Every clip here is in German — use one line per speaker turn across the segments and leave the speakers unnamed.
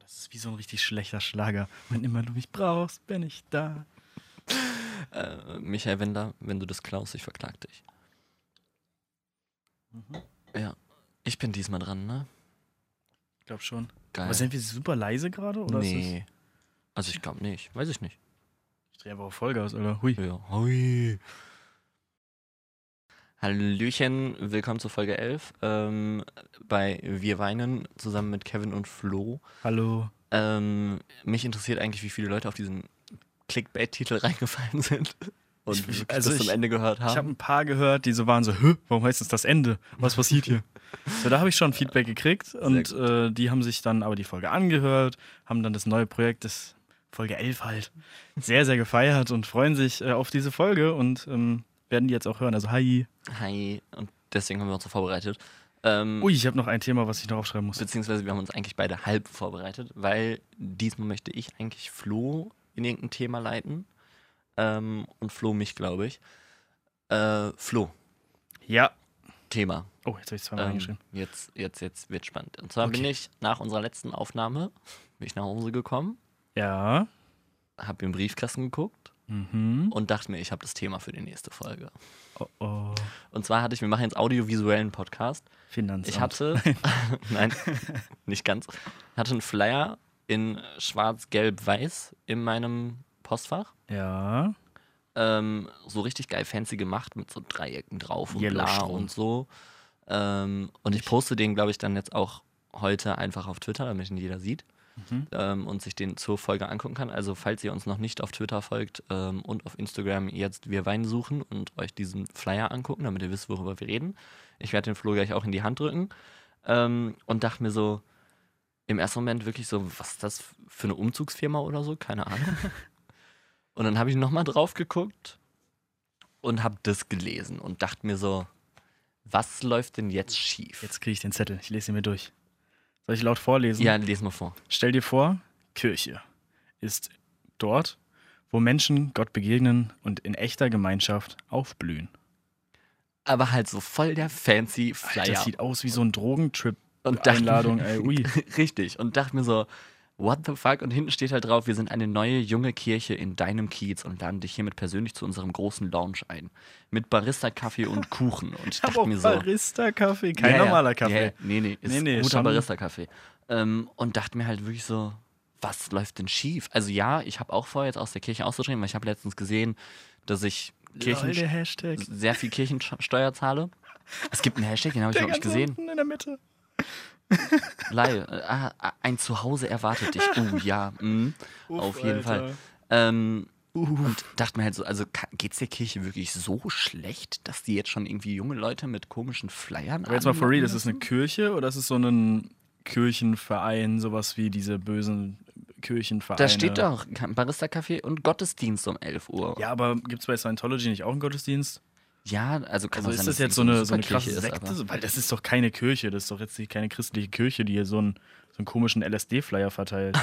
Das ist wie so ein richtig schlechter Schlager. Wenn immer du mich brauchst, bin ich da.
Äh, Michael Wender, wenn du das klaust, ich verklag dich.
Mhm.
Ja, ich bin diesmal dran, ne?
Ich glaube schon.
Geil.
Aber sind wir super leise gerade? Oder Ist
Äh. nee. Also ich glaube nicht. Weiß ich nicht.
das, ich drehe aber auf Vollgas, oder? Hui.
Ja. Hui. Hallöchen, willkommen zur Folge 11 ähm, bei Wir weinen zusammen mit Kevin und Flo.
Hallo.
Ähm, mich interessiert eigentlich, wie viele Leute auf diesen Clickbait-Titel reingefallen sind und
Ich- ich-
wirklich
also
bis zum
ich-
Ende gehört
Ich habe
haben.
ein paar gehört, die so waren so, Hö, warum heißt es das Ende? Was passiert hier? so, da habe ich schon Feedback gekriegt und äh, die haben sich dann aber die Folge angehört, haben dann das neue Projekt, das Folge 11 halt, sehr, sehr gefeiert und freuen sich äh, auf diese Folge und ähm, werden die jetzt auch hören. Also, hi.
Hi, und deswegen haben wir uns so vorbereitet. Ähm,
Ui, ich habe noch ein Thema, was ich noch aufschreiben muss.
Beziehungsweise wir haben uns eigentlich beide halb vorbereitet, weil diesmal möchte ich eigentlich Flo in irgendein Thema leiten. Ähm, und Flo mich, glaube ich. Äh, Flo,
Ja.
Thema.
Oh, jetzt habe ich zweimal
Ähm,
reingeschrieben.
jetzt, jetzt, jetzt wird spannend. Und zwar bin
Okay.
ich nach unserer letzten Aufnahme bin ich nach Hause gekommen,
Ja.
habe im Briefkasten geguckt
Mhm.
und dachte mir, ich habe das Thema für die nächste Folge.
Oh, oh.
Und zwar hatte ich, wir machen jetzt audiovisuellen Podcast.
Finanzamt.
Ich hatte, nein, nicht ganz, hatte einen Flyer in schwarz-gelb-weiß in meinem Postfach.
Ja.
Ähm, so richtig geil fancy gemacht mit so Dreiecken drauf und
Yellow
bla
Strom.
und so. Ähm, und ich poste den, glaube ich, dann jetzt auch heute einfach auf Twitter, damit ihn jeder sieht
Mhm.
ähm, und sich den zur Folge angucken kann. Also falls ihr uns noch nicht auf Twitter folgt ähm, und auf Instagram jetzt wir Wein suchen und euch diesen Flyer angucken, damit ihr wisst, worüber wir reden. Ich werde den Flo gleich auch in die Hand drücken ähm, und dachte mir so im ersten Moment wirklich so, was ist das für eine Umzugsfirma oder so, keine Ahnung. und dann habe ich nochmal drauf geguckt und habe das gelesen und dachte mir so, was läuft denn jetzt schief?
Jetzt kriege ich den Zettel. Ich lese ihn mir durch. Soll ich laut vorlesen?
ja, lesen wir vor.
Stell dir vor, Kirche ist dort, wo Menschen Gott begegnen und in echter Gemeinschaft aufblühen.
Aber halt so voll der fancy Flyer.
Das sieht aus wie so ein Drogentrip.
und dachte,
Einladung, ey, ui.
Richtig. Und dachte mir so, what the fuck? Und hinten steht halt drauf, wir sind eine neue junge Kirche in deinem Kiez und laden dich hiermit persönlich zu unserem großen Lounge ein. Mit Barista, Kaffee und Kuchen. Und ich dachte mir so.
Barista-Kaffee, kein
ja, ja,
normaler
Ja,
Kaffee.
ja. nee, nee, ist
Nee, nee,
guter
schon-
Barista-Kaffee. Ähm, und dachte mir halt wirklich so, was läuft denn schief? Also ja, ich habe auch vor, jetzt aus der Kirche auszutreten, weil ich habe letztens gesehen, dass ich Kirchen,
Lol, der Hashtag.
sehr viel Kirchensteuer zahle. Es gibt einen Hashtag, den habe ich
Der
noch nicht
ganz
gesehen.
unten in der Mitte.
Blei. äh, ah, ein Zuhause erwartet dich. Uh, ja. mm.
Uff,
Auf jeden
Alter.
Fall. Ähm, und dachte mir halt so, also ka- geht's der Kirche wirklich so schlecht, dass die jetzt schon irgendwie junge Leute mit komischen Flyern
Aber jetzt mal for real, ist
anlocken
es eine Kirche oder ist es so ein Kirchenverein, sowas wie diese bösen Kirchenvereine?
Da steht doch Ka- Barista-Café und Gottesdienst um 11 Uhr.
Ja, aber gibt es bei Scientology nicht auch einen Gottesdienst?
Ja, also kann
Also
sein,
ist
dass
das
es
jetzt so
irgendwie
eine, so eine
Superkirche
krasse Sekte?
aber-
Weil das ist doch keine Kirche, das ist doch jetzt nicht keine christliche Kirche, die hier so einen, so einen komischen LSD-Flyer verteilt.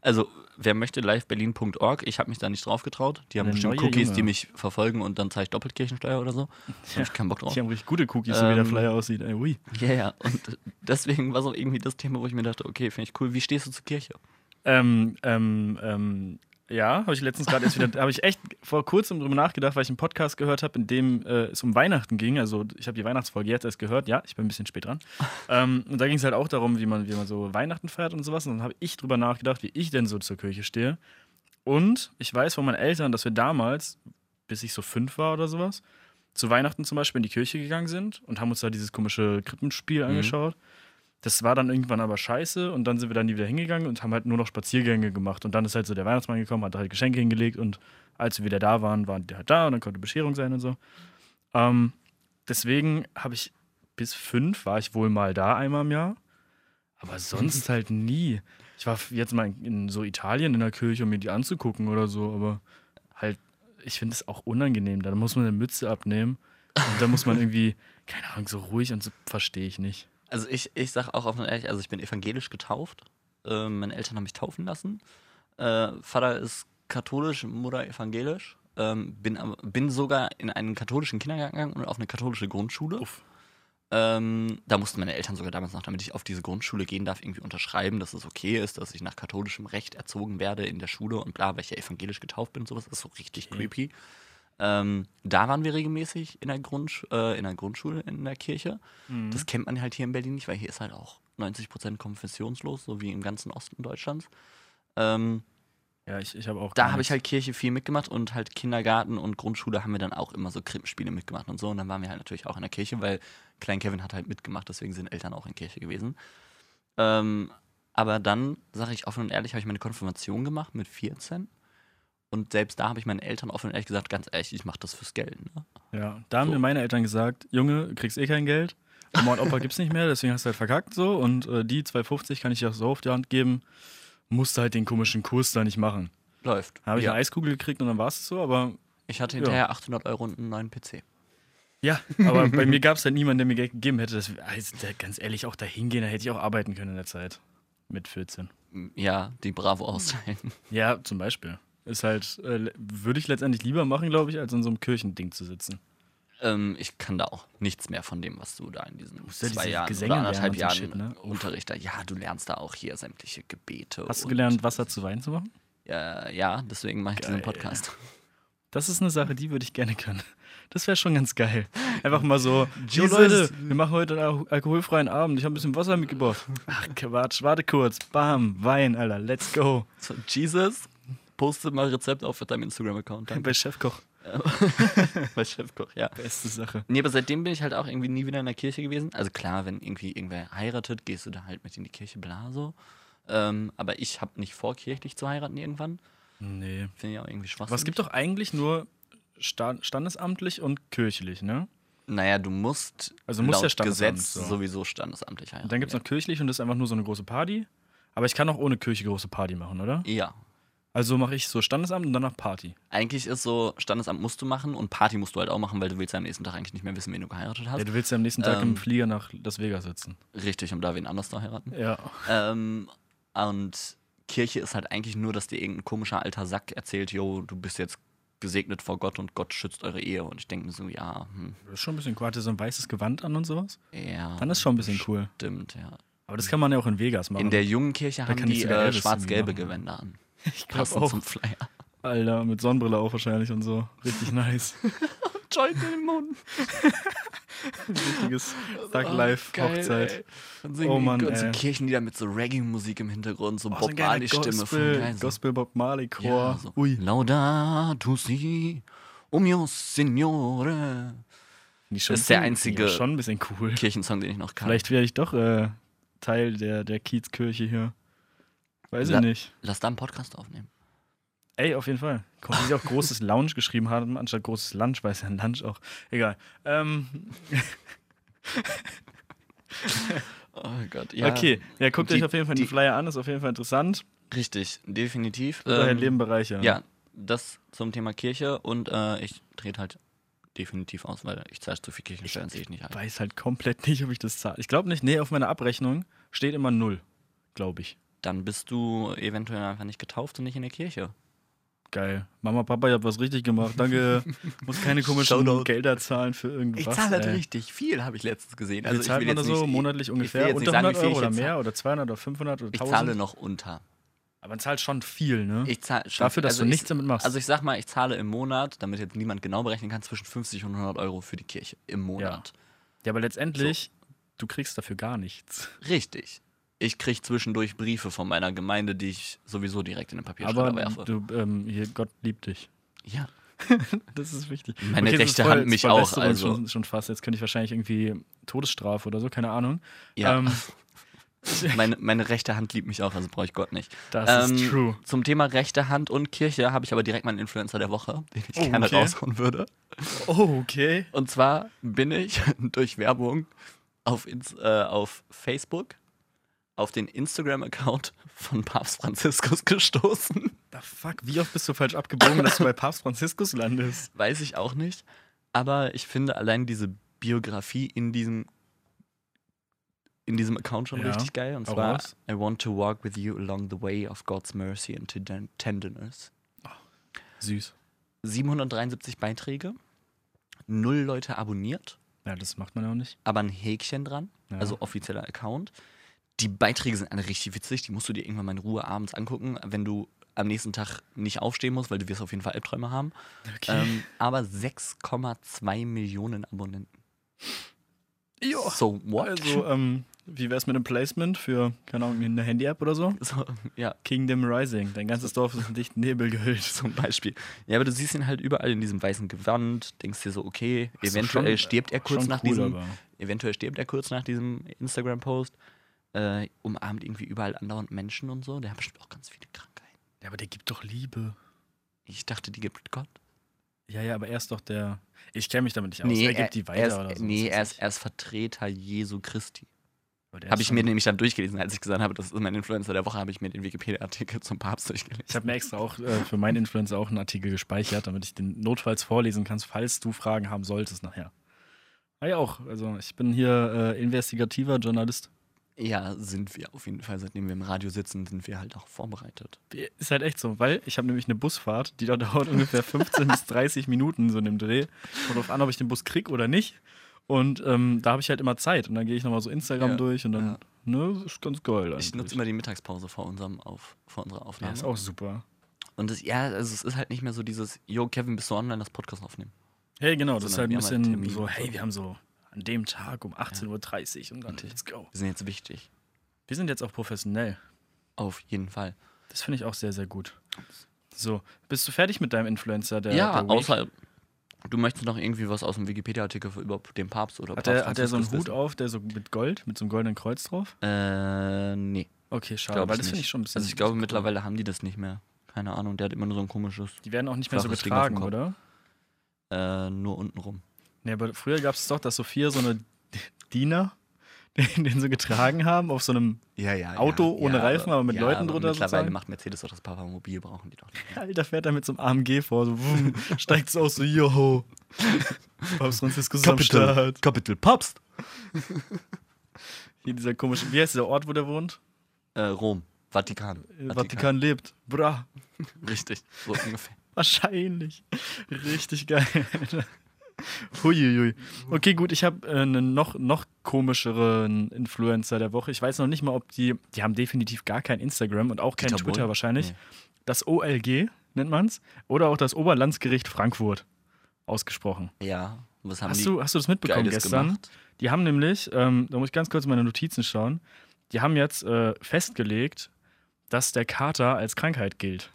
Also, wer möchte, liveberlin.org. Ich habe mich da nicht drauf getraut. Die haben
Eine
bestimmt
neue
Cookies, die
Junge.
mich verfolgen und dann zeige ich Doppelkirchensteuer oder so. Hab ich keinen Bock drauf.
Die haben richtig gute Cookies, so wie der
Ähm,
Flyer aussieht. Ey, ui.
Ja, ja. Und deswegen war so irgendwie das Thema, wo ich mir dachte, okay, finde ich cool. Wie stehst du zur Kirche?
Ähm, ähm, ähm, ja, habe ich letztens gerade erst wieder, habe ich echt vor kurzem drüber nachgedacht, weil ich einen Podcast gehört habe, in dem äh, es um Weihnachten ging. Also ich habe die Weihnachtsfolge jetzt erst gehört, ja, ich bin ein bisschen spät dran. Ähm, und da ging es halt auch darum, wie man, wie man so Weihnachten feiert und sowas. Und dann habe ich drüber nachgedacht, wie ich denn so zur Kirche stehe. Und ich weiß von meinen Eltern, dass wir damals, bis ich so fünf war oder sowas, zu Weihnachten zum Beispiel in die Kirche gegangen sind und haben uns da dieses komische Krippenspiel angeschaut. Das war dann irgendwann aber scheiße und dann sind wir dann nie wieder hingegangen und haben halt nur noch Spaziergänge gemacht. Und dann ist halt so der Weihnachtsmann gekommen, hat halt Geschenke hingelegt und als wir wieder da waren, waren die halt da und dann konnte Bescherung sein und so. Ähm, deswegen habe ich bis fünf war ich wohl mal da einmal im Jahr, aber sonst halt nie. Ich war jetzt mal in so Italien in der Kirche, um mir die anzugucken oder so, aber halt, ich finde es auch unangenehm. Da muss man eine Mütze abnehmen und da muss man irgendwie, keine Ahnung, so ruhig und so verstehe ich nicht.
Also ich, ich sag auch offen und ehrlich, also ich bin evangelisch getauft. Ähm, meine Eltern haben mich taufen lassen. Äh, Vater ist katholisch, Mutter evangelisch. Ähm, bin, aber- bin sogar in einen katholischen Kindergarten gegangen und auf eine katholische Grundschule. Ähm, da mussten meine Eltern sogar damals noch, damit ich auf diese Grundschule gehen darf, irgendwie unterschreiben, dass es okay ist, dass ich nach katholischem Recht erzogen werde in der Schule und bla, weil ich ja evangelisch getauft bin und sowas. Das ist so richtig creepy. Ähm, da waren wir regelmäßig in der, Grundsch äh, in der Grundschule, in der Kirche.
Mhm.
Das kennt man halt hier in Berlin nicht, weil hier ist halt auch 90% konfessionslos, so wie im ganzen Osten Deutschlands. Ähm,
Ja, ich, ich habe auch.
da
gar
habe ich
nichts.
halt Kirche viel mitgemacht und halt Kindergarten und Grundschule haben wir dann auch immer so Krippenspiele mitgemacht und so. Und dann waren wir halt natürlich auch in der Kirche, weil Klein Kevin hat halt mitgemacht, deswegen sind Eltern auch in Kirche gewesen. Ähm, aber dann, sage ich offen und ehrlich, habe ich meine Konfirmation gemacht mit 14. Und selbst da habe ich meinen Eltern offen und ehrlich gesagt, ganz ehrlich, ich mache das fürs Geld. Ne?
Ja, da haben
So.
mir meine Eltern gesagt, Junge, du kriegst eh kein Geld. Oma und Opa gibt's nicht mehr, deswegen hast du halt verkackt so. Und äh, die 2,50 kann ich dir auch so auf die Hand geben. Musst du halt den komischen Kurs da nicht machen.
Läuft.
Da habe ich
ja.
eine Eiskugel gekriegt und dann war es so, aber
ich hatte hinterher 800 Euro und einen neuen PC.
ja, aber bei mir gab es halt niemanden, der mir Geld gegeben hätte. Das, also, da- ganz ehrlich, auch da hingehen, da hätte ich auch arbeiten können in der Zeit. Mit 14.
Ja, die Bravo austeilen.
Ja, zum Beispiel. Ist halt, äh, le- würde ich letztendlich lieber machen, glaube ich, als in so einem Kirchending zu sitzen.
ähm, ich kann da auch nichts mehr von dem, was du da in diesen
ja
zwei
diese
Jahren
Gesänge
oder anderthalb
lernen und
Jahren
so Shit, ne? Uff.
Unterricht da. Ja, du lernst da auch hier sämtliche Gebete.
Hast du
und-
gelernt, Wasser zu Wein zu machen?
Äh, ja, deswegen mache ich diesen
Geil.
Podcast.
Das ist eine Sache, die würde ich gerne können. Das wäre schon ganz geil. Einfach mal so, jo
Jesus.
Leute, wir machen heute einen al- alkoholfreien Abend. Ich habe ein bisschen Wasser mitgebracht. Ach Quatsch, warte kurz. Bam, Wein, Alter, let's go.
So, Jesus, poste mal Rezept auf deinem Instagram-Account. danke.
Bei Chefkoch,
Bei Chefkoch, ja.
beste Sache.
Nee, aber seitdem bin ich halt auch irgendwie nie wieder in der Kirche gewesen. Also klar, wenn irgendwie irgendwer heiratet, gehst du da halt mit in die Kirche, bla so. Ähm, aber ich habe nicht vor, kirchlich zu heiraten irgendwann.
Nee.
Finde ich auch irgendwie schwachsinnig.
Was gibt doch eigentlich nur sta- standesamtlich und kirchlich, ne?
Naja, du musst
Also muss ja
laut
Standesamt,
Gesetz
so.
sowieso standesamtlich heiraten.
Und dann gibt es
ja.
noch kirchlich und das ist einfach nur so eine große Party. Aber ich kann auch ohne Kirche große Party machen, oder?
Ja.
Also mache ich so Standesamt und danach Party.
Eigentlich ist so, Standesamt musst du machen und Party musst du halt auch machen, weil du willst ja am nächsten Tag eigentlich nicht mehr wissen, wen du geheiratet hast.
Ja, du willst ja am nächsten Tag im
Also, Ähm.
Flieger nach Las Vegas sitzen.
Richtig, um da wen anders zu heiraten.
Ja.
ähm, und Kirche ist halt eigentlich nur, dass dir irgendein komischer alter Sack erzählt, jo, du bist jetzt gesegnet vor Gott und Gott schützt eure Ehe. Und ich denke mir so, ja, hm,
Das ist schon ein bisschen cool. Hat er so ein weißes Gewand an und sowas?
ja.
Dann ist schon ein bisschen cool.
Stimmt, ja.
Aber das kann man ja auch in Vegas machen.
In der jungen Kirche haben
kann ich
die
sogar
äh,
Elvis
schwarz-gelbe
irgendwie
Gewänder an.
ich glaub
Passend
auch.
zum Flyer.
Alter, mit Sonnenbrille auch wahrscheinlich und so. Richtig nice.
Joint in den Mund.
Richtiges Thug
Oh,
Life
geil,
Hochzeit.
ey. Dann singen
Oh
oh Mann,
Mann,
die ganzen
ey.
Kirchenlieder mit so Reggae-Musik im Hintergrund, so
Oh, so
Bob
ein geiler
Marley-Stimme von
Gospel,
geil, so.
Gospel Bob Marley Chor.
Ja, so.
Ui.
Laudato si, um mio signore.
Nicht schon
Ist der
cool.
einzige-
Ja, schon ein bisschen cool.
Kirchensong, den ich noch kann.
Vielleicht wäre ich doch äh, Teil der, der Kiezkirche hier. Weiß
La-
ich nicht.
Lass da einen Podcast aufnehmen.
Ey, auf jeden Fall. Guck, wie sie auch großes Lounge geschrieben haben, anstatt großes Lunch, weiß ja ein Lunch auch. Egal. Ähm,
Oh Gott, ja.
okay, ja, guckt
Die-
euch auf jeden Fall den
die-
Flyer an, ist auf jeden Fall interessant.
Richtig, definitiv.
Daher
Ähm,
Leben bereichern.
ja, das zum Thema Kirche und äh, ich trete halt definitiv aus, weil ich zahle zu viel Kirchensteuern, sehe ich nicht ein.
weiß halt komplett nicht, ob ich das zahle. Ich glaube nicht. Nee, auf meiner Abrechnung steht immer null, glaube ich.
Dann bist du eventuell einfach nicht getauft und nicht in der Kirche.
Geil. Mama, Papa, ihr habt was richtig gemacht. Danke. Muss keine komischen
Shoutout.
Gelder zahlen für irgendwas.
Ich zahle halt
ey.
richtig viel, habe ich letztens gesehen.
Wie also zahlt
ich
man da so
nicht-
monatlich
will
ungefähr?
jetzt
Unter
nicht sagen,
100
wie viel
Euro
ich
oder
jetzt
mehr? Oder 200 oder 500 oder
Ich
1000?
zahle noch unter.
Aber man zahlt schon viel, ne?
Ich zahle schon-
Dafür, dass du
ich,
nichts damit machst.
Also ich sag mal, ich zahle im Monat, damit jetzt niemand genau berechnen kann, zwischen 50 und 100 Euro für die Kirche im Monat.
ja, aber letztendlich, du kriegst dafür gar nichts.
Richtig. Ich kriege zwischendurch Briefe von meiner Gemeinde, die ich sowieso direkt in den Papierschredder
Aber
werfe.
du, ähm, hier, Gott liebt dich.
Ja.
Das ist wichtig.
Meine
das
rechte
ist
Hand
das
mich
war
auch,
Lästerung
also.
Schon, schon fast. Jetzt könnte ich wahrscheinlich irgendwie Todesstrafe oder so, keine Ahnung.
ja.
Ähm,
meine, meine rechte Hand liebt mich auch, also brauche ich Gott nicht. Ähm,
Das ist true.
Zum Thema rechte Hand und Kirche habe ich aber direkt meinen Influencer der Woche, den ich
Oh,
gerne
okay.
raushauen würde.
Oh, okay.
Und zwar bin ich durch Werbung auf, Ins äh, auf Facebook auf den Instagram-Account von Papst Franziskus gestoßen.
Da fuck, wie oft bist du falsch abgebogen, dass du bei Papst Franziskus landest?
Weiß ich auch nicht. Aber ich finde allein diese Biografie in diesem, in diesem Account schon
Ja,
richtig geil. Und
hau
zwar,
raus.
I want to walk with you along the way of God's mercy and tender- tenderness.
Süß.
773 Beiträge, null Leute abonniert,
Ja, das macht man ja auch nicht.
aber ein Häkchen dran,
Ja.
also offizieller Account. Die Beiträge sind alle richtig witzig, die musst du dir irgendwann mal in Ruhe abends angucken, wenn du am nächsten Tag nicht aufstehen musst, weil du wirst auf jeden Fall Albträume haben. Ähm, aber 6,2 Millionen Abonnenten.
Jo.
So what?
Also, ähm, wie wär's mit einem Placement für, keine Ahnung, eine Handy-App oder so?
so, ja,
Kingdom Rising. Dein ganzes Dorf ist in dichten Nebel gehüllt.
zum Beispiel. Ja, aber du siehst ihn halt überall in diesem weißen Gewand, denkst dir so, okay,
Ach so,
eventuell
schon-
stirbt er kurz
schon
nach
cool,
diesem,
aber-
eventuell stirbt er kurz nach diesem Instagram-Post, äh, umarmt irgendwie überall andauernd Menschen und so. Der hat bestimmt auch ganz viele Krankheiten.
Ja, aber der gibt doch Liebe.
Ich dachte, die gibt Gott.
Ja, ja, aber er ist doch der. Ich kenne mich damit nicht aus.
Nee,
er gibt die weiter
ist,
oder so.
Nee,
Das
er
weiß
ist, er ist Vertreter Jesu Christi.
Aber der
Habe
ist
ich mir ne-
schon-
nämlich dann durchgelesen, als ich gesagt habe, das ist mein Influencer der Woche, habe ich mir den Wikipedia-Artikel zum Papst durchgelesen.
Ich habe mir extra auch äh, für meinen Influencer auch einen Artikel gespeichert, damit ich den notfalls vorlesen kann, falls du Fragen haben solltest nachher. Ah ja, auch. Also ich bin hier äh, investigativer Journalist.
Ja, sind wir auf jeden Fall, seitdem wir im Radio sitzen, sind wir halt auch vorbereitet.
Ist halt echt so, weil ich habe nämlich eine Busfahrt, die da dauert ungefähr 15 bis 30 Minuten so in dem Dreh. Kommt drauf an, ob ich den Bus krieg oder nicht. Und ähm, da habe ich halt immer Zeit. Und dann gehe ich nochmal so Instagram
Ja,
durch und dann,
ja.
ne, ist ganz geil.
Ich
eigentlich.
nutze immer die Mittagspause vor, unserem auf, vor unserer
Ja,
Aufnahme.
ist auch super.
Und das, ja, also es ist halt nicht mehr so dieses, yo, Kevin, bist du online, das Podcast aufnehmen.
Hey, genau, das ist halt
Sondern
ein
wir haben halt
bisschen
Termine
so,
und
hey,
so.
wir haben so an dem Tag um 18.30 Uhr und dann
Richtig.
let's go.
Wir sind jetzt wichtig.
Wir sind jetzt auch professionell.
Auf jeden Fall.
Das finde ich auch sehr, sehr gut. So, bist du fertig mit deinem Influencer? Der,
ja,
der Week?
außer du möchtest noch irgendwie was aus dem Wikipedia-Artikel über den Papst oder
Hat
Papst
der, hat der so einen
Franziskus
Hut auf, der so mit Gold, mit so einem goldenen Kreuz drauf?
wissen? Äh, nee.
Okay, schade,
Glaub
weil
ich
das finde
nicht.
ich schon ein bisschen.
Also ich glaube,
cool.
mittlerweile haben die das nicht mehr. Keine Ahnung, der hat immer nur so ein komisches,
Die werden auch nicht mehr so
flaches Ding auf dem
getragen,
Kopf.
oder?
äh, nur unten rum.
Nee, aber früher gab es doch, dass so vier so eine Diener den, den so getragen haben auf so einem.
Ja, ja.
Auto ohne Reifen, aber mit Leuten drunter
Mittlerweile
sozusagen?
macht Mercedes doch das Papamobil, brauchen die doch nicht.
Alter, fährt er mit so einem AMG vor, so wumm, steigt so aus, so joho. Papst Franziskus ist am Start.
Kapitel Papst.
Hier dieser komische, wie heißt der Ort, wo der wohnt?
Äh, Rom, Vatikan.
Äh, Vatikan lebt. Bra.
Richtig, so ungefähr.
Wahrscheinlich. Richtig geil. Huiuiui. Okay, gut, ich habe äh, einen noch, noch komischeren Influencer der Woche. Ich weiß noch nicht mal, ob die. Die haben definitiv gar kein Instagram und auch kein
Dieter
Twitter
Bohlen?
wahrscheinlich.
Nee.
Das OLG nennt man's. Oder auch das Oberlandesgericht Frankfurt ausgesprochen.
Ja, was haben
Hast
die
du, hast du das mitbekommen
Geiles
gestern?
gemacht?
Die haben nämlich, ähm, da muss ich ganz kurz in meine Notizen schauen, die haben jetzt äh, festgelegt, dass der Kater als Krankheit gilt.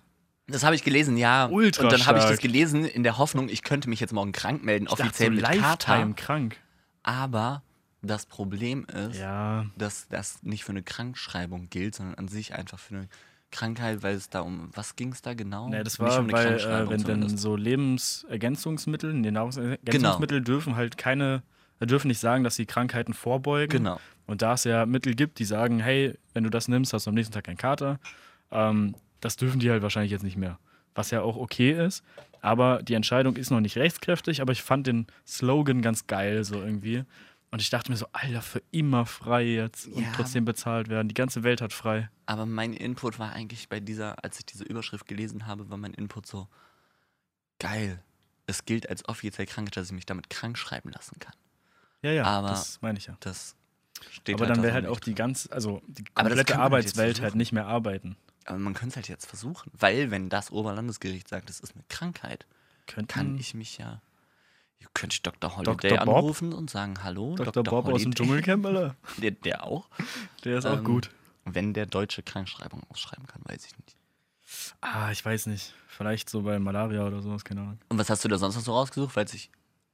Das habe ich gelesen, ja.
Ultra
Und dann habe ich das
stark.
gelesen in der Hoffnung, ich könnte mich jetzt morgen krank melden,
Ich dachte,
offiziell
so
mit Kater.
Lifetime krank.
Aber das Problem ist,
Ja,
dass das nicht für eine Krankschreibung gilt, sondern an sich einfach für eine Krankheit, weil es da um was ging es da genau?
Nee, das
nicht
war,
um eine
weil äh,
Krankschreibung
wenn dann
zumindest.
so Lebensergänzungsmittel, nee,
Genau.
Nahrungsergänzungsmittel dürfen halt keine, äh, dürfen nicht sagen, dass sie Krankheiten vorbeugen.
Genau.
Und da es ja Mittel gibt, die sagen, hey, wenn du das nimmst, hast du am nächsten Tag keinen Kater, ähm, das dürfen die halt wahrscheinlich jetzt nicht mehr. Was ja auch okay ist. Aber die Entscheidung ist noch nicht rechtskräftig, aber ich fand den Slogan ganz geil, so irgendwie. Und ich dachte mir so, Alter, für immer frei jetzt und
Ja.
trotzdem bezahlt werden. Die ganze Welt hat frei.
Aber mein Input war eigentlich bei dieser, als ich diese Überschrift gelesen habe, war mein Input so geil. Es gilt als offiziell krank, dass ich mich damit krank schreiben lassen kann.
Ja, ja,
Aber-
das meine ich ja.
Das steht
Aber
halt
dann
da
wäre
so
halt
nicht
auch die ganze, also die komplette
Aber das kann man nicht jetzt
Arbeitswelt halt
versuchen.
nicht mehr arbeiten.
Aber man könnte es halt jetzt versuchen, weil wenn das Oberlandesgericht sagt, es ist eine Krankheit,
Könnten,
kann ich mich ja, könnte ich Dr. Holiday
Dr. Hm. Bob?
anrufen und sagen, hallo,
Dr. Bob aus dem
Holiday.
Dschungelcamp, Alter?
Der, der auch.
Der ist auch
Ähm,
gut.
Wenn der Deutsche Krankschreibung ausschreiben kann, weiß ich nicht.
Ah, ich weiß nicht. Vielleicht so bei Malaria oder sowas, keine Ahnung.
Und was hast du da sonst noch so rausgesucht, falls ich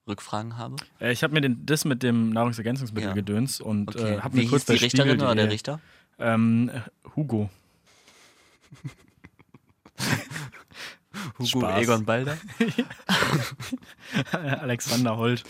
Rückfragen habe?
Äh, ich habe mir den, das mit dem Nahrungsergänzungsmittel
Ja.
gedöns und äh, habe
Wie
mir kurz
hieß die
bei
Richterin
Spiegel,
oder der Richter?
Ähm, äh, Hugo.
Hugo
Spaß.
Egon Balder?
Alexander Holt.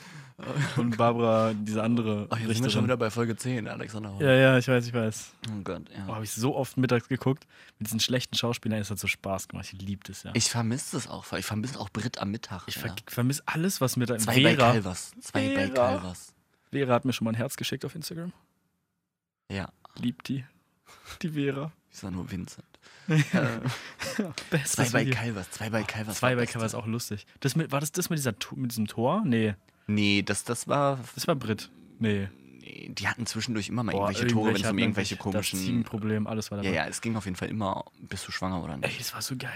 Und Barbara, diese andere
Oh, jetzt sind wir schon
Richterin.
wieder bei Folge 10, Alexander Holt.
Ja, ja, ich weiß, ich weiß.
Oh Gott, ja.
Oh, habe ich so oft mittags geguckt. Mit diesen schlechten Schauspielern, es hat so Spaß gemacht. Ich liebe das ja.
Ich vermisse es auch. voll. Ich vermisse auch Brit am Mittag.
Ich ver
ja.
vermisse alles, was mit
Zwei bei Calvas. Zwei bei
Vera.
Calvas.
Vera hat mir schon mal ein Herz geschickt auf Instagram.
Ja.
Liebt die. Die Vera.
Ich sag nur Vincent.
Bestes
Zwei bei
Video.
Calvas. Zwei bei Calvas.
Zwei
war
bei
beste.
Cover ist auch lustig. Das mit, war das das mit, dieser, Tu- mit diesem Tor? Nee.
Nee, das, das war.
Das war Brit. Nee.
nee, Die hatten zwischendurch immer mal irgendwelche Tore, wenn es um irgendwelche
Das
komischen.
Teamproblem, alles war dabei.
Ja, ja, es ging auf jeden Fall immer, bist du schwanger oder nicht.
Ey, das war so geil.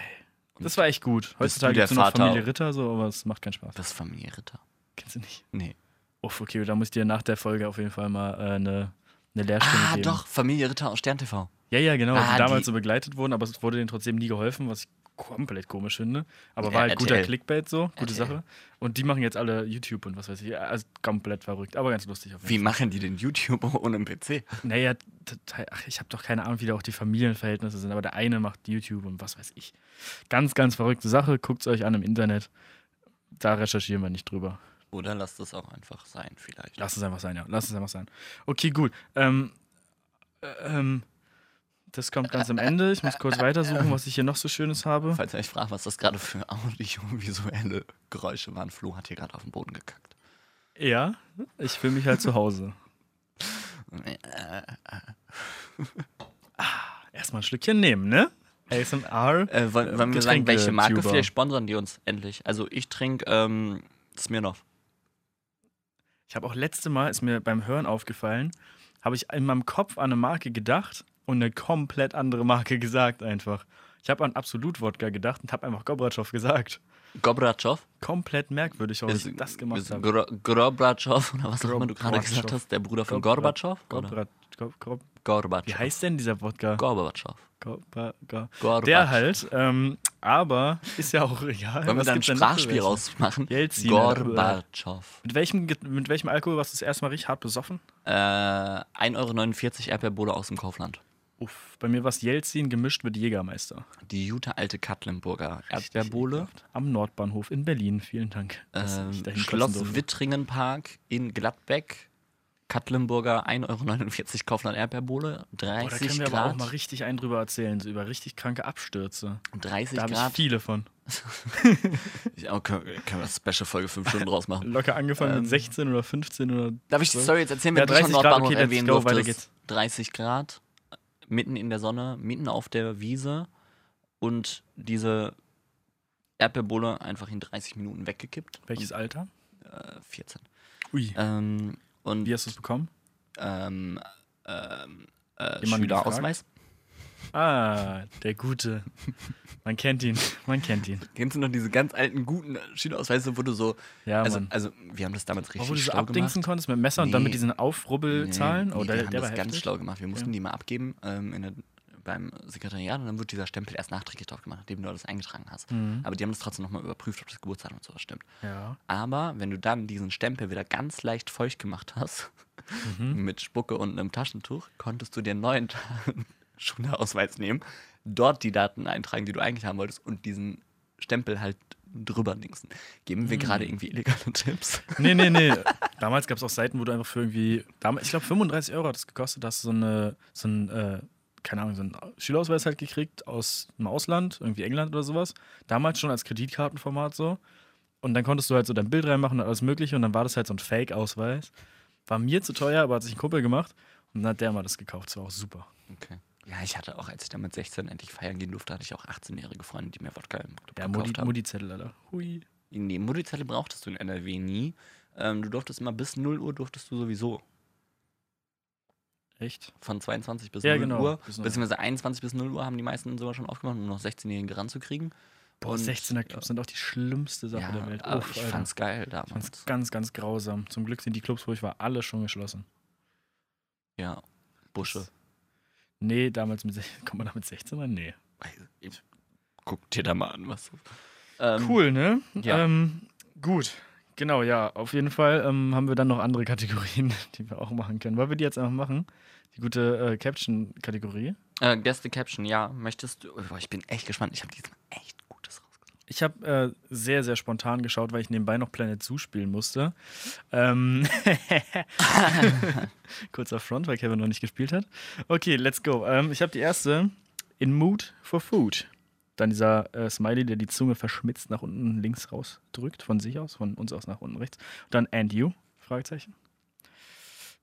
Das war echt gut.
du
Heutzutage
der
gibt es noch
Vater?
Familie Ritter, so, aber es macht keinen Spaß.
Das Familienritter.
Kennst du nicht?
Nee.
Uff, okay, da muss ich dir nach der Folge auf jeden Fall mal äh, eine, eine Lehrstunde
Ah,
geben.
doch, Familienritter aus Stern TV.
Ja, ja, genau.
Ah,
die damals
die-
so begleitet wurden, aber es wurde denen trotzdem nie geholfen, was ich komplett komisch finde. Aber
Ja,
war halt guter
RTL.
Clickbait so, gute
RTL.
Sache. Und die machen jetzt alle YouTube und was weiß ich. Also komplett verrückt, aber ganz lustig auf jeden Fall.
Wie machen die denn YouTube ohne einen PC?
Naja, t- t- ach, ich habe doch keine Ahnung, wie da auch die Familienverhältnisse sind, aber der eine macht YouTube und was weiß ich. Ganz, ganz verrückte Sache. Guckt es euch an im Internet. Da recherchieren wir nicht drüber.
Oder lasst es auch einfach sein, vielleicht.
Lass es einfach sein, ja. Lass es einfach sein. Okay, gut. Ähm, äh, ähm, das kommt ganz am Ende. Ich muss kurz weitersuchen, was ich hier noch so Schönes habe.
Falls ihr euch fragt, was das gerade für audiovisuelle Geräusche waren, Flo hat hier gerade auf den Boden gekackt.
Ja, ich fühle mich halt zu Hause.
Äh,
Erstmal ein Schlückchen nehmen, ne? ASMR.
Äh, wollen, wollen wir sagen,
Getränke-
welche Marke?
Tuber.
Vielleicht sponsern die uns endlich. Also ich trinke ähm, Smirnoff.
Ich habe auch letzte Mal, ist mir beim Hören aufgefallen, habe ich in meinem Kopf an eine Marke gedacht und eine komplett andere Marke gesagt einfach. Ich habe an Absolut-Wodka gedacht und habe einfach Gorbatschow gesagt.
Gobratschow.
Komplett merkwürdig, warum ich das gemacht
ist
habe.
Gro Grobratschow oder was auch
Grob-
immer du gerade gesagt
Gorbatschow.
hast. Der Bruder von
Gobra-
Gorbatschow? oder?
Gorbrat, Gob, Gob,
Gorbatschow.
wie heißt denn dieser Wodka?
Gorbatschow.
Gorba, Gor-
Gorbatschow.
Der halt, ähm, aber ist ja auch egal.
Wollen wir
Was
da ein
gibt's denn noch für
Sprachspiel
welche?
rausmachen?
Jelzin. äh,
Gorbatschow.
Mit welchem, Ge- mit welchem Alkohol warst du das erste Mal richtig hart besoffen?
Äh, 1,49 Euro Erdbeerbowle aus dem Kaufland.
Uff, bei mir war es Jelzin gemischt mit Jägermeister.
Die gute alte Katlenburger
Richtig
Erdbeerbowle.
ekelhaft. Am Nordbahnhof in Berlin. Vielen Dank. dass ich dahin
Ähm,
kotzen
Schloss
durfte.
Wittringenpark in Gladbeck. Katlenburger 1,49 Euro Kaufland Erdbeerbowle.
Boah, Oh, da
30
können wir aber auch mal
Grad.
richtig einen drüber erzählen, so über richtig kranke Abstürze.
30
Da habe ich
Grad.
viele von.
Ich, oh, können, können wir Special-Folge 5 Stunden draus machen.
Locker angefangen
Ähm,
mit 16 oder 15 oder.
Darf ich die Story jetzt erzählen,
Ja,
wenn du schon
30 Grad,
Nordbahnhof
okay, let's
erwähnen
go,
durftest?
weiter geht's.
30 Grad, mitten in der Sonne, mitten auf der Wiese und diese Erdbeerbowle einfach in 30 Minuten weggekippt.
Welches Alter?
Und, äh, 14.
Ui.
Ähm, und
Wie hast du es bekommen?
ähm, ähm, äh,
Jemanden
Schülerausweis.
Ah, der Gute. Man kennt ihn. Man kennt ihn.
Kennst du noch diese ganz alten, guten Schülerausweise, wo du so.
Ja,
also,
Mann.
also, wir haben das damals
Oh,
richtig
wo du so
schlau gemacht.
abdingsen konntest mit dem Messer und dann
Nee.
mit diesen Aufrubbelzahlen?
Nee,
oh,
wir
der,
haben
der war
das ganz
heftig.
schlau gemacht. Wir mussten die mal abgeben ähm, in der, beim Sekretariat und dann wird dieser Stempel erst nachträglich drauf gemacht, nachdem du alles eingetragen hast.
Mhm.
Aber die haben das trotzdem nochmal überprüft, ob das Geburtsdatum und sowas stimmt.
Ja.
Aber wenn du dann diesen Stempel wieder ganz leicht feucht gemacht hast,
Mhm.
mit Spucke und einem Taschentuch, konntest du dir einen neuen Schülerausweis nehmen, dort die Daten eintragen, die du eigentlich haben wolltest und diesen Stempel halt drüber dingsen. Geben wir
Mhm.
gerade irgendwie illegale Tipps?
Nee, nee, nee. Damals gab es auch Seiten, wo du einfach für irgendwie, damals, ich glaube 35 Euro hat es gekostet, hast du so eine, so ein, äh, keine Ahnung, so einen Schülerausweis halt gekriegt aus dem Ausland, irgendwie England oder sowas. Damals schon als Kreditkartenformat so. Und dann konntest du halt so dein Bild reinmachen und alles mögliche und dann war das halt so ein Fake-Ausweis. War mir zu teuer, aber hat sich ein Kumpel gemacht und dann hat der mal das gekauft. Das war auch super.
Okay. Ja, ich hatte auch, als ich dann mit 16 endlich feiern gehen durfte, hatte ich auch 18-jährige Freunde, die mir Wodka im
Ja, Mudi-
gekauft haben.
Mudi-Zettel, Alter. Hui.
Nee, Mutti-Zettel brauchtest du in NRW nie. Ähm, du durftest immer bis 0 Uhr durftest du sowieso.
Echt?
Von 22 bis
Ja,
0
genau.
Uhr.
Bis 0 Uhr.
Beziehungsweise 21 bis 0 Uhr haben die meisten sogar schon aufgemacht, um noch 16-Jährige ranzukriegen.
Boah,
Und-
16er Clubs sind auch die schlimmste Sache
Ja,
der Welt.
aber
Uff,
ich
Alter.
fand's geil
Ich fand's
damals.
ganz, ganz grausam. Zum Glück sind die Clubs, wo ich war, alle schon geschlossen.
Ja, Busche.
Nee, damals mit 16. Kommt man da mit 16 rein? Nee.
Ich- Guck dir da mal an, was. Ähm,
Cool, ne?
Ja.
Ähm, gut. Genau, ja. Auf jeden Fall ähm, haben wir dann noch andere Kategorien, die wir auch machen können. Wollen wir die jetzt einfach machen? Die gute äh, Caption-Kategorie.
Äh, Gäste Caption, ja. Möchtest du. Boah, ich bin echt gespannt. Ich habe diesmal echt Gutes rausgesucht.
Ich habe äh, sehr, sehr spontan geschaut, weil ich nebenbei noch Planet Zoo spielen musste. Ähm Kurzer Front, weil Kevin noch nicht gespielt hat. Okay, let's go. Ähm, ich habe die erste. In Mood for Food. Dann dieser äh, Smiley, der die Zunge verschmitzt nach unten links rausdrückt, von sich aus, von uns aus nach unten rechts. Dann And You? Fragezeichen.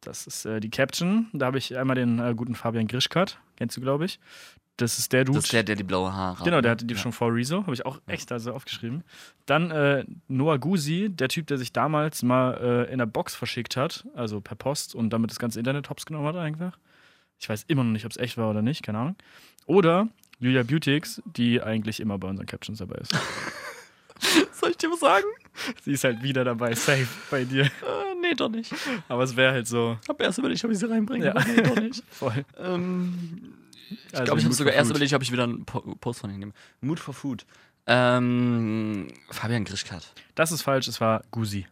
Das ist äh, die Caption. Da habe ich einmal den äh, guten Fabian Grischkat, kennst du, glaube ich. Das ist der Dude.
Das ist der, der die blaue Haare hat.
Genau, der hatte die
ne? ja.
schon vor Rezo, habe ich auch extra so aufgeschrieben. Dann äh, Noah Gusi, der Typ, der sich damals mal äh, in der Box verschickt hat, also per Post und damit das ganze Internet hops genommen hat einfach. Ich weiß immer noch nicht, ob es echt war oder nicht, keine Ahnung. Oder Julia Beautix, die eigentlich immer bei unseren Captions dabei ist.
Soll ich dir was sagen?
Sie ist halt wieder dabei, safe bei dir.
Äh, nee, doch nicht. Ich
Aber es wäre halt so
habe erst überlegt, ob ich sie reinbringe.
Ja.
aber Nee, doch nicht.
voll.
Ähm, ich
Also
glaube,
Mood
ich habe sogar
for
erst
Food.
überlegt, ob ich wieder einen Po- Post von ihm nehme. Mood for Food. Ähm, Fabian Grischkat.
Das ist falsch, es war Gusi.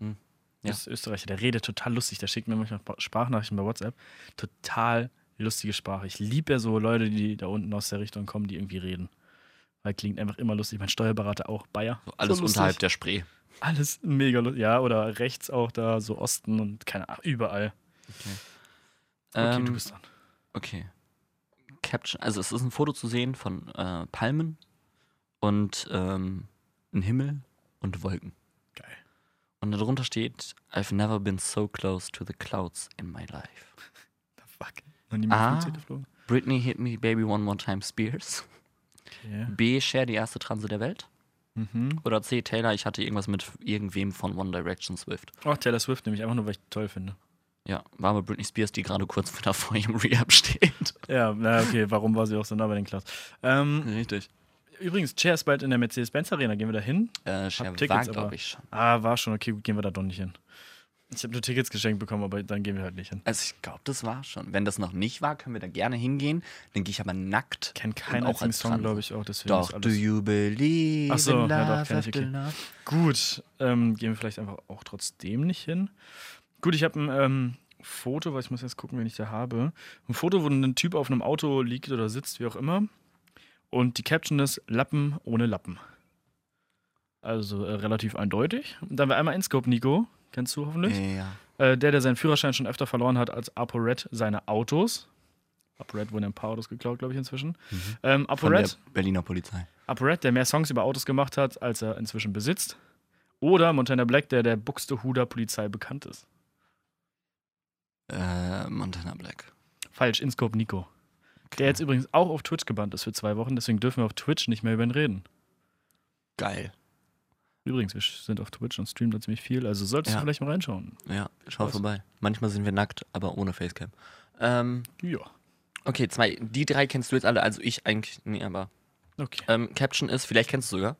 Hm. Ja.
Das ist Österreicher, der redet total lustig, der schickt mir manchmal Sprachnachrichten bei WhatsApp. Total lustige Sprache. Ich liebe ja so Leute, die da unten aus der Richtung kommen, die irgendwie reden. Weil klingt einfach immer lustig. Mein Steuerberater auch, Bayer.
So alles
so lustig.
unterhalb der Spree.
Alles mega lustig. Ja, oder rechts auch da, so Osten und keine Ahnung, überall. Okay,
Ähm,
du bist dran.
Okay. Caption, also es ist ein Foto zu sehen von äh, Palmen und ähm, ein Himmel und Wolken.
Geil.
Und darunter steht, I've never been so close to the clouds in my life.
The fuck. Noch nie mit
Ah.
Flugzeug geflogen?
Britney hit me baby one more time Spears.
Okay.
B, Cher, die erste Transe der Welt.
Mhm.
Oder C, Taylor, ich hatte irgendwas mit irgendwem von One Direction Swift.
Oh, Taylor Swift nehme ich einfach nur, weil ich die toll finde.
Ja, war aber Britney Spears, die gerade kurz wieder vor ihrem Rehab steht.
Ja, na okay, warum war sie auch so nah bei den Klaus? Ähm,
Richtig.
Übrigens, Cher ist bald in der Mercedes-Benz Arena. Gehen wir da hin?
Äh, Cher
Tickets,
war,
aber-
glaube ich, schon.
Ah, war schon. Okay, gut, gehen wir da doch nicht hin. Ich habe nur Tickets geschenkt bekommen, aber dann gehen wir halt nicht hin.
Also ich glaube, das war schon. Wenn das noch nicht war, können wir da gerne hingehen. Dann gehe ich aber nackt.
Kennt keinen
Und auch
einzigen
als
Song,
Trans.
glaube ich, auch. Deswegen
Doch,
ist
do
alles
you believe
Ach so,
in love
ja, doch, kenn ich,
after
okay.
love?
gut. Ähm, gehen wir vielleicht einfach auch trotzdem nicht hin. Gut, ich habe ein ähm, Foto, weil ich muss jetzt gucken, wen ich da habe. Ein Foto, wo ein Typ auf einem Auto liegt oder sitzt, wie auch immer. Und die Caption ist Lappen ohne Lappen. Also äh, relativ eindeutig. Und dann haben wir einmal Inscope, Nico. Kennst du hoffentlich?
Ja.
Äh, der, der seinen Führerschein schon öfter verloren hat als ApoRed seine Autos. ApoRed wurden ja ein paar Autos geklaut, glaube ich, inzwischen. Ähm,
Mhm. Von
ApoRed,
der Berliner Polizei.
ApoRed, der mehr Songs über Autos gemacht hat, als er inzwischen besitzt. Oder Montana Black, der der Buxtehuder Polizei bekannt ist.
Äh, Montana Black.
Falsch, Inscope Nico. Der jetzt übrigens auch auf Twitch gebannt ist für zwei Wochen, deswegen dürfen wir auf Twitch nicht mehr über ihn reden.
Geil.
Übrigens, wir sind auf Twitch und streamen da ziemlich viel, also solltest
Ja.
du vielleicht mal reinschauen.
Ja, schau
Spaß.
vorbei. Manchmal sind wir nackt, aber ohne Facecam. Ähm,
Ja,
okay, zwei. Die drei kennst du jetzt alle, also ich eigentlich. Nee, aber.
okay.
Ähm, Caption ist, vielleicht kennst du sogar.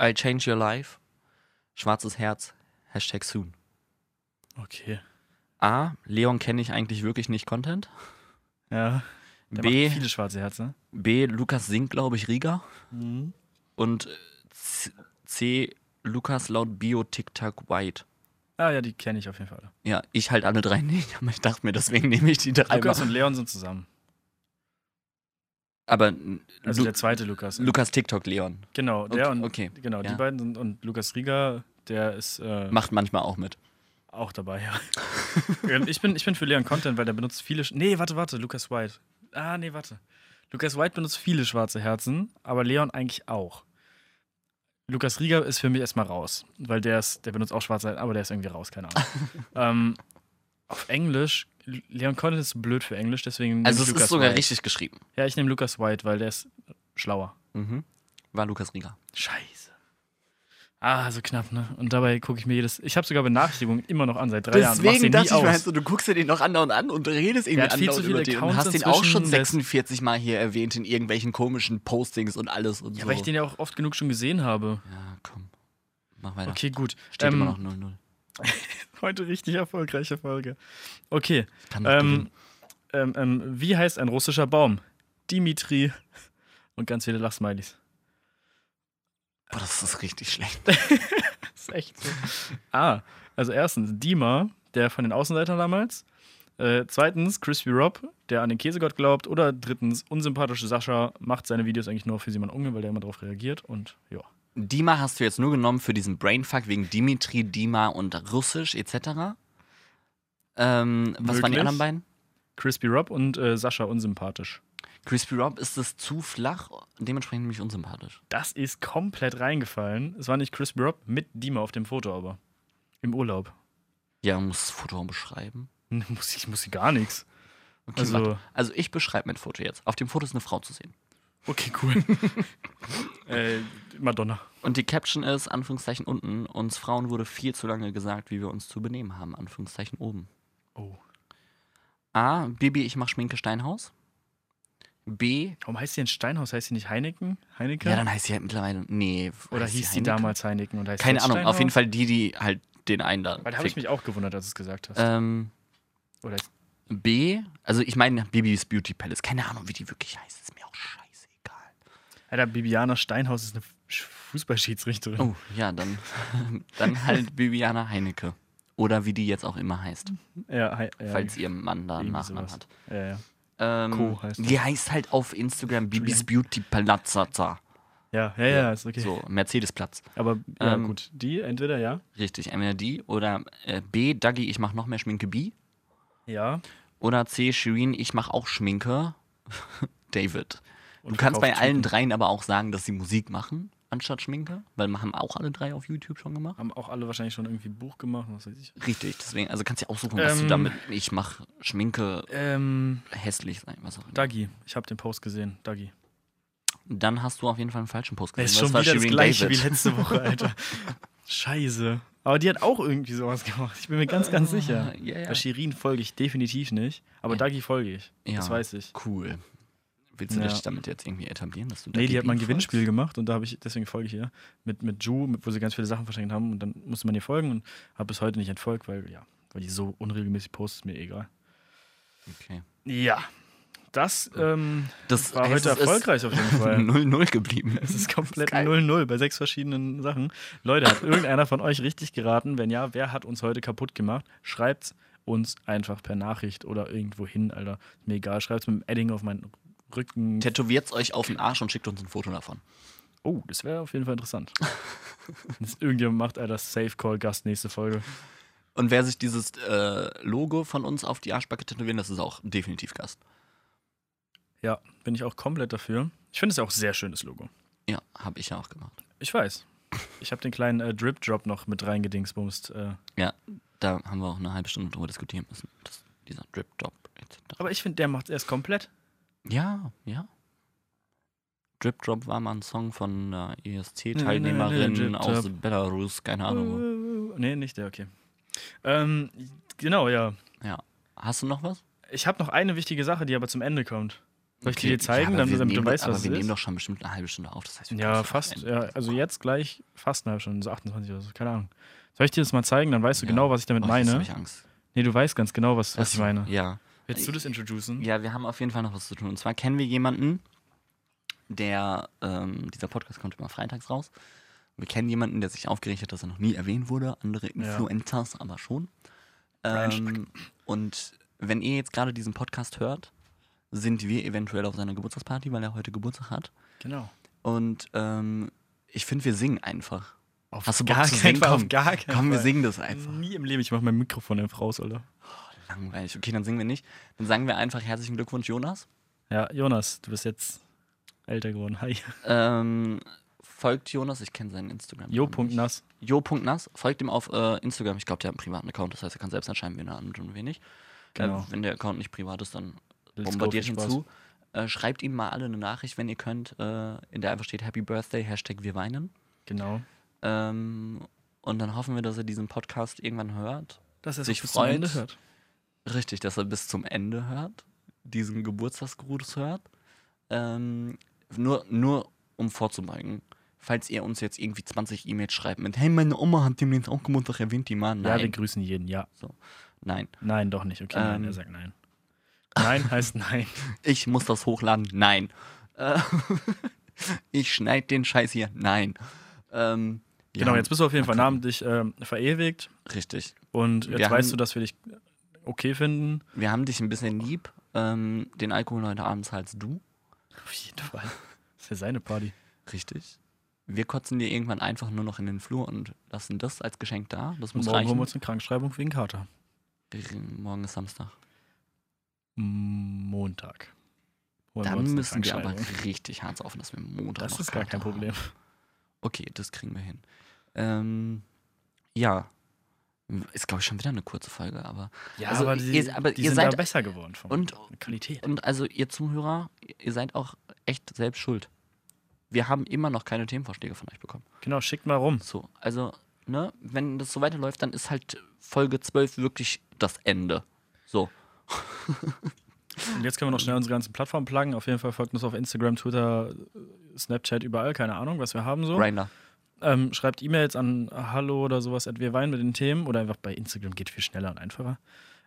I change your life. Schwarzes Herz. Hashtag soon. Äh.
Okay.
A. Leon kenne ich eigentlich wirklich nicht Content.
Ja, der
B.
macht viele schwarze Herzen.
B. Lukas singt, glaube ich, Riga.
Mhm.
Und äh, C- C. Lukas laut Bio TikTok White.
Ah ja, die kenne ich auf jeden Fall. alle.
Ja, ich halt alle drei nicht, aber ich dachte mir, deswegen nehme ich die drei.
Lukas
mal.
und Leon sind zusammen.
aber n-
Also
Lu
der zweite Lukas.
Lukas TikTok Leon
genau, der
Okay,
und
okay,
genau,
ja.
die beiden sind und Lukas Rieger, der ist äh,
macht manchmal auch mit.
auch dabei, ja. Ähm, ich, bin, ich bin für Leon Content, weil der benutzt viele. Sch nee, warte, warte, Lukas White. Ah, nee, warte. Lukas White benutzt viele schwarze Herzen, aber Leon eigentlich auch. Lukas Rieger ist für mich erstmal raus, weil der ist, der benutzt auch schwarze Herzen, aber der ist irgendwie raus, keine Ahnung. ähm, auf Englisch, Leon Content ist blöd für Englisch, deswegen. nehm
Also
ich
es
Lukas
ist sogar
White.
richtig geschrieben.
Ja, ich nehme Lukas White, weil der ist schlauer.
Mhm. War Lukas Riga.
Scheiße. Ah, so knapp, ne? Und dabei gucke ich mir jedes. Ich habe sogar Benachrichtigungen immer noch an seit drei Jahren. Mach sie
Deswegen
nie
dachte ich
aus.
mir halt so, du guckst dir den noch andauernd an und redest
Der
irgendwie
hat viel zu
andauernd
viele
über den und
Accounts
hast den auch schon
inzwischen, der-
46 Mal hier erwähnt in irgendwelchen komischen Postings und alles und
ja,
so.
weil ich den ja auch oft genug schon gesehen habe.
ja, komm. Mach weiter.
Okay, gut.
Steht
Ähm,
immer noch 0-0.
Heute richtig erfolgreiche Folge. Okay.
Kann noch
Ähm, ähm,
gewinnen.
ähm, wie heißt ein russischer Baum? Dimitri. Und ganz viele Lachsmileys.
Boah, das ist richtig schlecht.
Das ist echt so. ah, also erstens Dima, der von den Außenseitern damals. Äh, zweitens Crispy Rob, der an den Käsegott glaubt. Oder drittens unsympathische Sascha macht seine Videos eigentlich nur für Simon Unge, weil der immer drauf reagiert. Und ja.
Dima hast du jetzt nur genommen für diesen Brainfuck wegen Dimitri, Dima und Russisch etc. Ähm, was waren die
Möglich.
anderen beiden?
Crispy Rob und äh, Sascha unsympathisch.
Crispy Rob ist es zu flach, dementsprechend nämlich unsympathisch.
Das ist komplett reingefallen. Es war nicht Crispy Rob mit Dima auf dem Foto, aber im Urlaub.
Ja, muss das Foto beschreiben.
Muss ich, muss ich gar nichts.
Okay,
Also-
warte. also ich beschreibe mein Foto jetzt. Auf dem Foto ist eine Frau zu sehen.
Okay, cool. äh, Madonna.
Und die Caption ist, Anführungszeichen unten, uns Frauen wurde viel zu lange gesagt, wie wir uns zu benehmen haben, Anführungszeichen oben.
Oh.
A, Bibi, ich mach Schminke Steinhaus. B,
Warum heißt sie denn Steinhaus? Heißt sie nicht Heineken? Heineke?
ja, dann heißt sie halt mittlerweile, nee.
Oder
heißt
hieß sie
Heineken?
damals Heineken und heißt
Keine
jetzt
Ahnung, auf jeden
Steinhaus?
Fall die, die halt den einen da
Weil da habe ich mich auch gewundert, als du es gesagt hast.
ähm,
Oder ist-
B, also ich meine Bibis Beauty Palace, keine Ahnung, wie die wirklich heißt, ist mir auch scheißegal.
Alter, Bibiana Steinhaus ist eine Sch- Fußballschiedsrichterin.
Oh, ja, dann, dann halt Bibiana Heinecke. Oder wie die jetzt auch immer heißt,
Ja, hei- ja,
falls ihr Mann da einen
irgendwie
Nachnamen
sowas.
hat.
Ja, ja.
Ähm,
Co heißt
die heißt halt auf Instagram Bibis Beauty Palazza.
Ja, ja, ja, ist okay.
So, Mercedesplatz.
Aber ja,
Ähm,
gut. Die entweder ja.
Richtig, entweder die oder äh, B, Dagi, ich mach noch mehr Schminke B.
Ja.
Oder C, Shirin, ich mach auch Schminke. David.
Und
du kannst bei
verkauft
allen dreien aber auch sagen, dass sie Musik machen, anstatt Schminke, weil wir haben auch alle drei auf YouTube schon gemacht.
Haben auch alle wahrscheinlich schon irgendwie ein Buch gemacht, was weiß ich.
Richtig, deswegen, also kannst du ja aussuchen, was du
Ähm.
damit, ich mach Schminke
Ähm,
hässlich sein, was auch immer.
Dagi. Ich habe den Post gesehen. Dagi.
Dann hast du auf jeden Fall einen falschen Post
Das
gesehen.
ist
weil
schon wieder
es war
das
Shirin
gleiche
David.
wie letzte Woche, Alter. Scheiße. Aber die hat auch irgendwie sowas gemacht. Ich bin mir ganz, ganz sicher.
ja, ja.
Bei Shirin folge ich definitiv nicht, aber Dagi folge ich.
Ja.
Das weiß ich.
Cool. Willst du
Ja.
dich damit jetzt irgendwie etablieren, dass du
Nee, die hat mal ein
Bibi
Gewinnspiel
folgst?
gemacht und da habe ich, deswegen folge ich ihr, mit, mit Ju, mit, wo sie ganz viele Sachen verschenkt haben und dann musste man ihr folgen und habe bis heute nicht entfolgt, weil ja, weil die so unregelmäßig postet, ist mir egal.
Okay.
Ja, das ähm,
Das
war heute erfolgreich auf jeden Fall.
0-0 geblieben.
Es ist komplett
geil.
0-0 bei sechs verschiedenen Sachen. Leute, hat irgendeiner von euch richtig geraten? Wenn ja, wer hat uns heute kaputt gemacht? Schreibt's uns einfach per Nachricht oder irgendwo hin, Alter. Ist mir egal. Schreibt's mit dem Edding auf meinen Rücken.
Tätowiert's euch auf den Arsch und schickt uns ein Foto davon.
Oh, das wäre auf jeden Fall interessant. Wenn es irgendjemand macht, Alter, Safe Call Gast nächste Folge.
Und wer sich dieses äh, Logo von uns auf die Arschbacke tätowieren, das ist auch definitiv Gast.
Ja, bin ich auch komplett dafür. Ich finde es ja auch sehr schönes Logo.
Ja, habe ich ja auch gemacht.
Ich weiß. Ich habe den kleinen äh, Drip Drop noch mit reingedingsbumst. Äh.
Ja, da haben wir auch eine halbe Stunde drüber diskutieren müssen. Das, dieser Drip-Drop etc.
Aber ich finde, der macht es erst komplett.
Ja, ja. Drip-Drop war mal ein Song von einer
Nee,
ESC-Teilnehmerin
nee, nee, Drip
aus
Drop.
Belarus, keine Ahnung.
Uh, nee, nicht der, okay. Ähm, genau, ja.
Hast du noch was?
Ich habe noch eine wichtige Sache, die aber zum Ende kommt. Soll ich
Okay.
dir die zeigen,
aber
damit
wir
damit du
nehmen-
weißt,
aber
was
wir
es
nehmen
ist?
doch schon bestimmt eine halbe Stunde auf. Das heißt, wir
Ja,
können schon
fast.
beenden.
Ja, also jetzt gleich fast eine halbe Stunde, so 28 oder so, keine Ahnung. Soll ich dir das mal zeigen, dann weißt du
Ja.
genau, was ich damit
Oh, jetzt hab
meine?
ich Angst.
Nee, du weißt ganz genau, was, was ich
Achso,
meine.
Ja.
Willst du das introducen?
ja, wir haben auf jeden Fall noch was zu tun. Und zwar kennen wir jemanden, der, ähm, dieser Podcast kommt immer freitags raus. Wir kennen jemanden, der sich aufgeregt hat, dass er noch nie erwähnt wurde. Andere Influencers aber schon.
Brian Schreck.
Ähm, und wenn ihr jetzt gerade diesen Podcast hört, sind wir eventuell auf seiner Geburtstagsparty, weil er heute Geburtstag hat.
Genau.
Und ähm, ich finde, wir singen einfach.
Auf
Hast du Bock
gar
zu
keinen
singen?
Fall, auf
Komm,
gar keinen
Komm, wir
Fall.
singen das einfach.
Nie im Leben, ich mach mein Mikrofon einfach raus, Alter.
Langweilig. Okay, dann singen wir nicht. Dann sagen wir einfach herzlichen Glückwunsch, Jonas.
Ja, Jonas, du bist jetzt älter geworden. Hi.
Ähm, folgt Jonas, ich kenne seinen Instagram.
Jo.nass.
Jo.nas. Folgt ihm auf äh, Instagram. Ich glaube, der hat einen privaten Account. Das heißt, er kann selbst entscheiden, wen er annimmt und wen nicht.
Genau.
Äh, wenn der Account nicht privat ist, dann
Let's go,
bombardiert
viel
ihn
Spaß.
zu. Äh, schreibt ihm mal alle eine Nachricht, wenn ihr könnt, äh, in der einfach steht Happy Birthday, Hashtag wir weinen.
Genau.
Ähm, und dann hoffen wir, dass er diesen Podcast irgendwann hört.
Dass er
Sich
sich bis zum
freut.
Ende hört.
Richtig, dass er bis zum Ende hört, diesen Geburtstagsgruß hört. Ähm, nur, nur um vorzubeugen, falls ihr uns jetzt irgendwie 20 E-Mails schreibt mit, hey, meine Oma hat demnächst auch Geburtstag, erwähnt die mal.
Ja, wir
Nein,
grüßen jeden, ja.
nein.
Nein, doch nicht. Okay, nein,
Ähm.
er sagt nein. Nein heißt nein.
Ich muss das hochladen, nein. Äh, ich schneide den Scheiß hier, nein. Ähm, wir
Genau,
haben-
jetzt bist du auf jeden Fall
gucken.
namentlich ähm, verewigt
Richtig.
und jetzt
Wir haben-
weißt du, dass wir dich okay finden.
Wir haben dich ein bisschen lieb. Ähm, den Alkohol heute Abend zahlst du.
Auf jeden Fall. Das ist ja seine Party.
Richtig. Wir kotzen dir irgendwann einfach nur noch in den Flur und lassen das als Geschenk da. Das
Und morgen
muss
holen wir
reichen.
uns eine Krankschreibung wegen Kater.
Morgen ist Samstag.
M- Montag. Holen wir uns
Dann
eine
müssen wir aber
Krankschreibung.
richtig hart saufen, dass wir Montag
Das
noch
ist gar
Kater
kein Problem.
Haben. Okay, das kriegen wir hin. Ähm, ja. Ist, glaube ich, schon wieder eine kurze Folge, aber.
Ja,
Also,
aber
ihr-
die,
ihr- aber
die
ihr
sind
seid-
da besser geworden von
Und-
Qualität.
Und also, ihr Zuhörer, ihr seid auch echt selbst schuld. Wir haben immer noch keine Themenvorschläge von euch bekommen.
Genau, schickt mal rum.
So, also, ne, wenn das so weiterläuft, dann ist halt Folge 12 wirklich das Ende. So.
Und jetzt können wir noch schnell unsere ganzen Plattformen pluggen. Auf jeden Fall folgt uns auf Instagram, Twitter, Snapchat, überall, keine Ahnung, was wir haben so.
Grinder.
Ähm, schreibt E-Mails an hallo oder sowas at wir weinen mit den Themen oder einfach bei Instagram geht viel schneller und einfacher.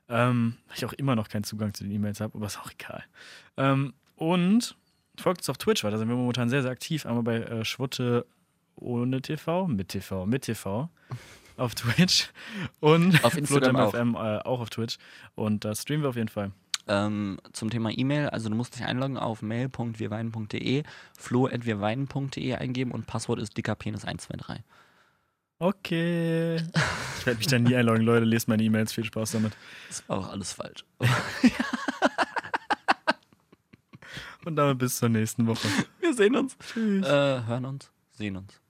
Ähm, weil ich auch immer noch keinen Zugang zu den E-Mails habe, aber ist auch egal. Ähm, und folgt uns auf Twitch, weil da sind wir momentan sehr, sehr aktiv. Einmal bei äh, Schwutte ohne TV, mit TV, mit TV auf Twitch und
Auf Instagram auch.
FM, äh, auch auf Twitch. Und da streamen wir auf jeden Fall.
Ähm, zum Thema E-Mail, also du musst dich einloggen auf mail.wirweinen.de, flo.wirweinen.de eingeben und Passwort ist dickerpenis123.
Okay. Ich werde mich da nie einloggen, Leute. Lest meine E-Mails. Viel Spaß damit.
Das war auch alles falsch.
Und damit bis zur nächsten Woche.
Wir sehen uns. Äh, hören uns, sehen uns.